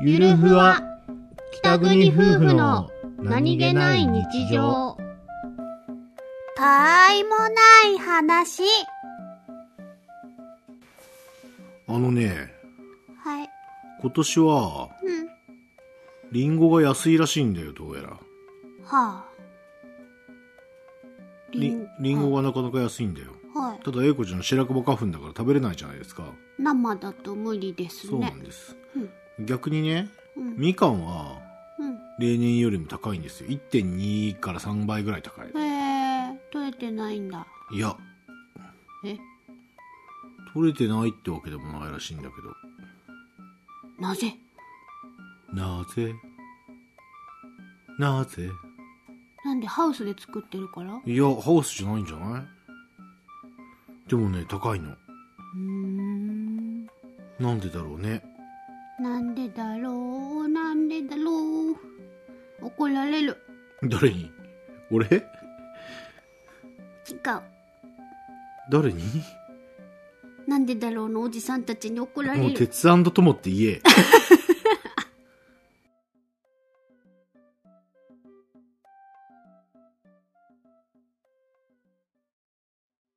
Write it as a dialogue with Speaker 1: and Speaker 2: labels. Speaker 1: ゆるふわ北国夫婦の何気ない日常
Speaker 2: たあいもない話。
Speaker 3: あのね、
Speaker 2: はい。
Speaker 3: 今年は、
Speaker 2: うん。
Speaker 3: リンゴが安いらしいんだよ、どうやら。
Speaker 2: はあ。
Speaker 3: りリンゴがなかなか安いんだよ。
Speaker 2: はい。
Speaker 3: ただ、英子ちゃん白樺花粉だから食べれないじゃないですか。
Speaker 2: 生だと無理です
Speaker 3: そうな
Speaker 2: ね
Speaker 3: ん。です。
Speaker 2: うん
Speaker 3: 逆にね、
Speaker 2: うん。
Speaker 3: みかんは、
Speaker 2: う
Speaker 3: 例年よりも高いんですよ。1.2から3倍ぐらい高い
Speaker 2: ん。。へえ、取れてないんだ。
Speaker 3: いや、
Speaker 2: え、
Speaker 3: 取れてないってわけでもないらしいんだけど。
Speaker 2: なぜ
Speaker 3: なぜなぜ
Speaker 2: なんでハウスで作ってるからう
Speaker 3: いや、ハウスじゃないんじゃないでもね、高いの。
Speaker 2: ーん。
Speaker 3: なんでだろうね。
Speaker 2: なんでだろう、なんでだろう。怒られる。
Speaker 3: 誰に俺
Speaker 2: 違う。
Speaker 3: 誰に
Speaker 2: なんでだろうのおじさんたちに怒
Speaker 3: も
Speaker 2: られ
Speaker 3: う、
Speaker 2: る。
Speaker 3: 鉄友って言え。